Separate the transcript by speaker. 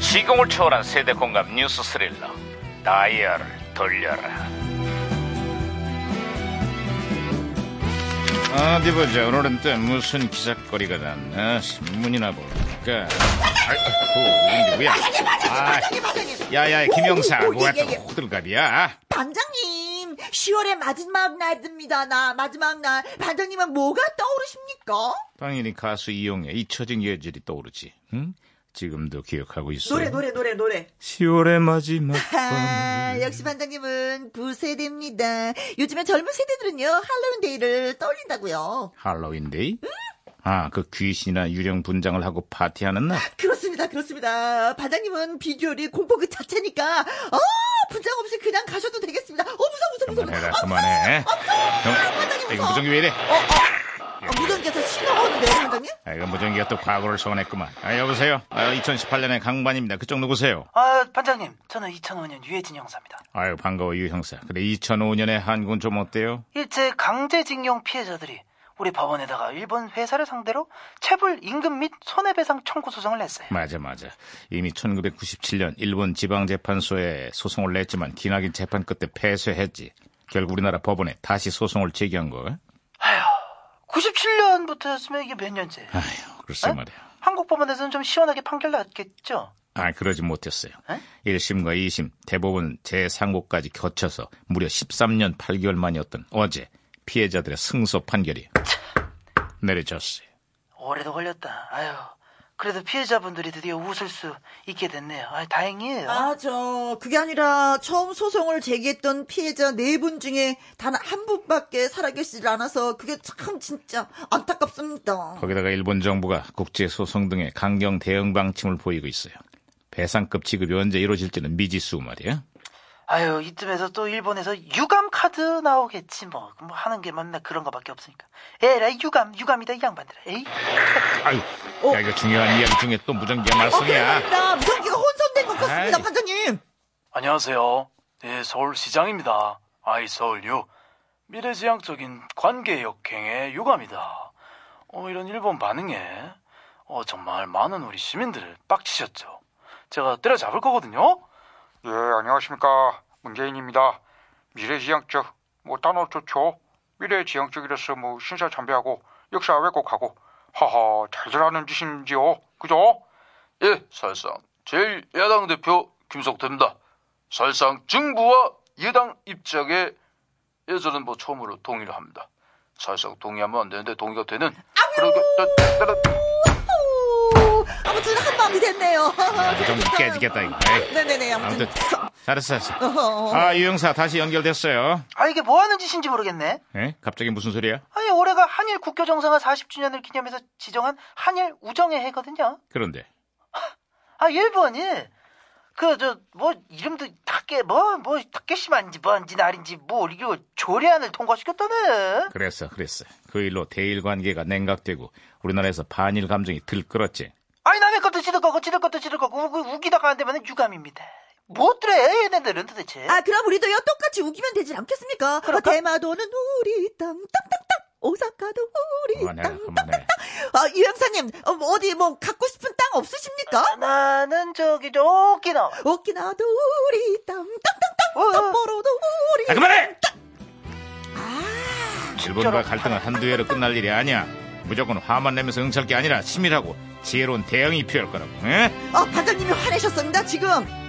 Speaker 1: 시공을 초월한 세대 공감 뉴스 스릴러 다이얼을 돌려라 어디 보자 오늘은 또 무슨 기사거리가 났나 신문이나 볼까 아이고 이게 누구야
Speaker 2: 반장님, 반장님, 반장님, 반장님.
Speaker 1: 야야 김영사
Speaker 2: 오, 오,
Speaker 1: 뭐가
Speaker 2: 예,
Speaker 1: 또
Speaker 2: 예.
Speaker 1: 호들갑이야
Speaker 2: 반장님, 10월의 마지막 날입니다. 나 마지막 날. 반장님은 뭐가 떠오르십니까?
Speaker 1: 당연히 가수 이용의 잊혀진 예절이 떠오르지 응? 지금도 기억하고 있어
Speaker 2: 노래, 노래, 노래, 노래.
Speaker 1: 10월의 마지막
Speaker 2: 아, 역시 반장님은 부세대입니다. 요즘에 젊은 세대들은요, 할로윈데이를 떠올린다고요.
Speaker 1: 할로윈데이? 아, 그 귀신이나 유령 분장을 하고 파티하는
Speaker 2: 아,
Speaker 1: 날?
Speaker 2: 그렇습니다, 그렇습니다. 반장님은 비주얼이 공포 그 자체니까, 어, 분장 없이 그냥 가셔도 되겠습니다. 어, 무서워, 무서워, 무서워.
Speaker 1: 그만해라,
Speaker 2: 아,
Speaker 1: 그만해.
Speaker 2: 반장님
Speaker 1: 형, 이거
Speaker 2: 무서워.
Speaker 1: 무전기 왜 이래?
Speaker 2: 어, 어. 아, 무전기에서 신호가 오는데요, 반장님?
Speaker 1: 아, 이거 무전기가 또 과거를 소환했구만. 아, 여보세요? 아, 2018년의 강반입니다. 그쪽 누구세요?
Speaker 3: 아, 반장님, 저는 2005년 유해진 형사입니다.
Speaker 1: 아유, 반가워, 유 형사. 그래, 2005년에 한국은 좀 어때요?
Speaker 3: 일제 강제징용 피해자들이 우리 법원에다가 일본 회사를 상대로 체불 임금 및 손해배상 청구 소송을 냈어요.
Speaker 1: 맞아, 맞아. 이미 1997년 일본 지방재판소에 소송을 냈지만 기나긴 재판 끝에 패소했지. 결국 우리나라 법원에 다시 소송을 제기한 거.
Speaker 3: 97년부터였으면 이게 몇 년째?
Speaker 1: 아휴, 글쎄
Speaker 2: 어?
Speaker 3: 에?
Speaker 1: 말이야.
Speaker 3: 한국 법원에서는 좀 시원하게 판결 났겠죠?
Speaker 1: 아, 그러지 못했어요.
Speaker 3: 에?
Speaker 1: 1심과 2심, 대법원 재상고까지 거쳐서 무려 13년 8개월 만이었던 어제 피해자들의 승소 판결이 내려졌어요.
Speaker 3: 오래도 걸렸다. 아유, 그래도 피해자분들이 드디어 웃을 수 있게 됐네요. 아, 다행이에요.
Speaker 2: 아, 저, 그게 아니라 처음 소송을 제기했던 피해자 네 분 중에 단 한 분밖에 살아계시질 않아서 그게 참 진짜 안타깝습니다.
Speaker 1: 거기다가 일본 정부가 국제소송 등의 강경 대응 방침을 보이고 있어요. 배상급 지급이 언제 이루어질지는 미지수 말이야.
Speaker 3: 아유, 이쯤에서 또 일본에서 유감 카드 나오겠지 뭐. 뭐 하는 게 맞나 그런 거밖에 없으니까. 에라이 유감, 유감이다 이 양반들. 에이.
Speaker 1: 아유, 야, 이거 중요한 이야기 중에 또 무전기가 말썽이야.
Speaker 2: 나 어, 무전기가 혼선된 것 같습니다,
Speaker 1: 아이.
Speaker 2: 반장님.
Speaker 3: 안녕하세요. 네, 서울시장입니다. 아이 서울유. 미래지향적인 관계 역행의 유감이다. 어, 이런 일본 반응에 어, 정말 많은 우리 시민들을 빡치셨죠. 제가 때려잡을 거거든요.
Speaker 4: 예, 안녕하십니까. 문재인입니다. 미래지향적, 뭐, 단어 좋죠. 미래지향적이라서 뭐, 신사참배하고, 역사 왜곡하고, 하하, 잘들 하는 짓인지요. 그죠?
Speaker 5: 예, 사실상 제일 야당 대표 김석태입니다. 사실상 정부와 여당 입장에 예, 저는 뭐 처음으로 동의를 합니다. 사실상 동의하면 안 되는데 동의가 되는 그런 게
Speaker 2: 오, 아무튼 한 마음이 됐네요.
Speaker 1: 좀그 깨지겠다, 이거. 에이.
Speaker 2: 네네네, 아무튼.
Speaker 1: 아무튼 잘했어, 잘했어.
Speaker 2: 어허.
Speaker 1: 아, 유 형사 다시 연결됐어요.
Speaker 3: 아 이게 뭐 하는 짓인지 모르겠네.
Speaker 1: 에? 갑자기 무슨 소리야?
Speaker 3: 아니 올해가 한일 국교 정상화 40주년을 기념해서 지정한 한일 우정의 해거든요.
Speaker 1: 그런데
Speaker 3: 아 일본이 그 저 뭐 이름도 타케 뭐뭐 타케시만지 뭔지 날인지 뭐 이거 조례안을 통과시켰다네.
Speaker 1: 그래서 그랬어. 그 일로 대일 관계가 냉각되고 우리나라에서 반일 감정이 들끓었지.
Speaker 3: 아니 남의 것도 지들 거고 지들 것도 지들 거고 우, 기다가안 되면 유감입니다. 뭐 들래 얘네들은 도대체.
Speaker 2: 아, 그럼 우리도요, 똑같이 우기면 되지 않겠습니까?
Speaker 3: 그럴까?
Speaker 2: 어, 대마도는 우리 땅, 땅땅땅. 오사카도 우리 땅,
Speaker 1: 그만해라,
Speaker 2: 땅땅땅.
Speaker 1: 그만해.
Speaker 2: 아, 유 형사님, 어, 뭐 어디 뭐 갖고 싶은 땅 없으십니까?
Speaker 3: 나는 저기 저 오키나와.
Speaker 2: 오키나도 우리 땅,
Speaker 3: 어, 어.
Speaker 2: 땅땅땅, 삿포로도 우리
Speaker 1: 아, 그만해! 일본과
Speaker 3: 진짜로.
Speaker 1: 갈등은 한두 해로 끝날 일이 아니야. 무조건 화만 내면서 응찰 게 아니라 치밀하고 지혜로운 대응이 필요할 거라고. 에?
Speaker 2: 아, 반장님이 화내셨습니다, 어, 지금.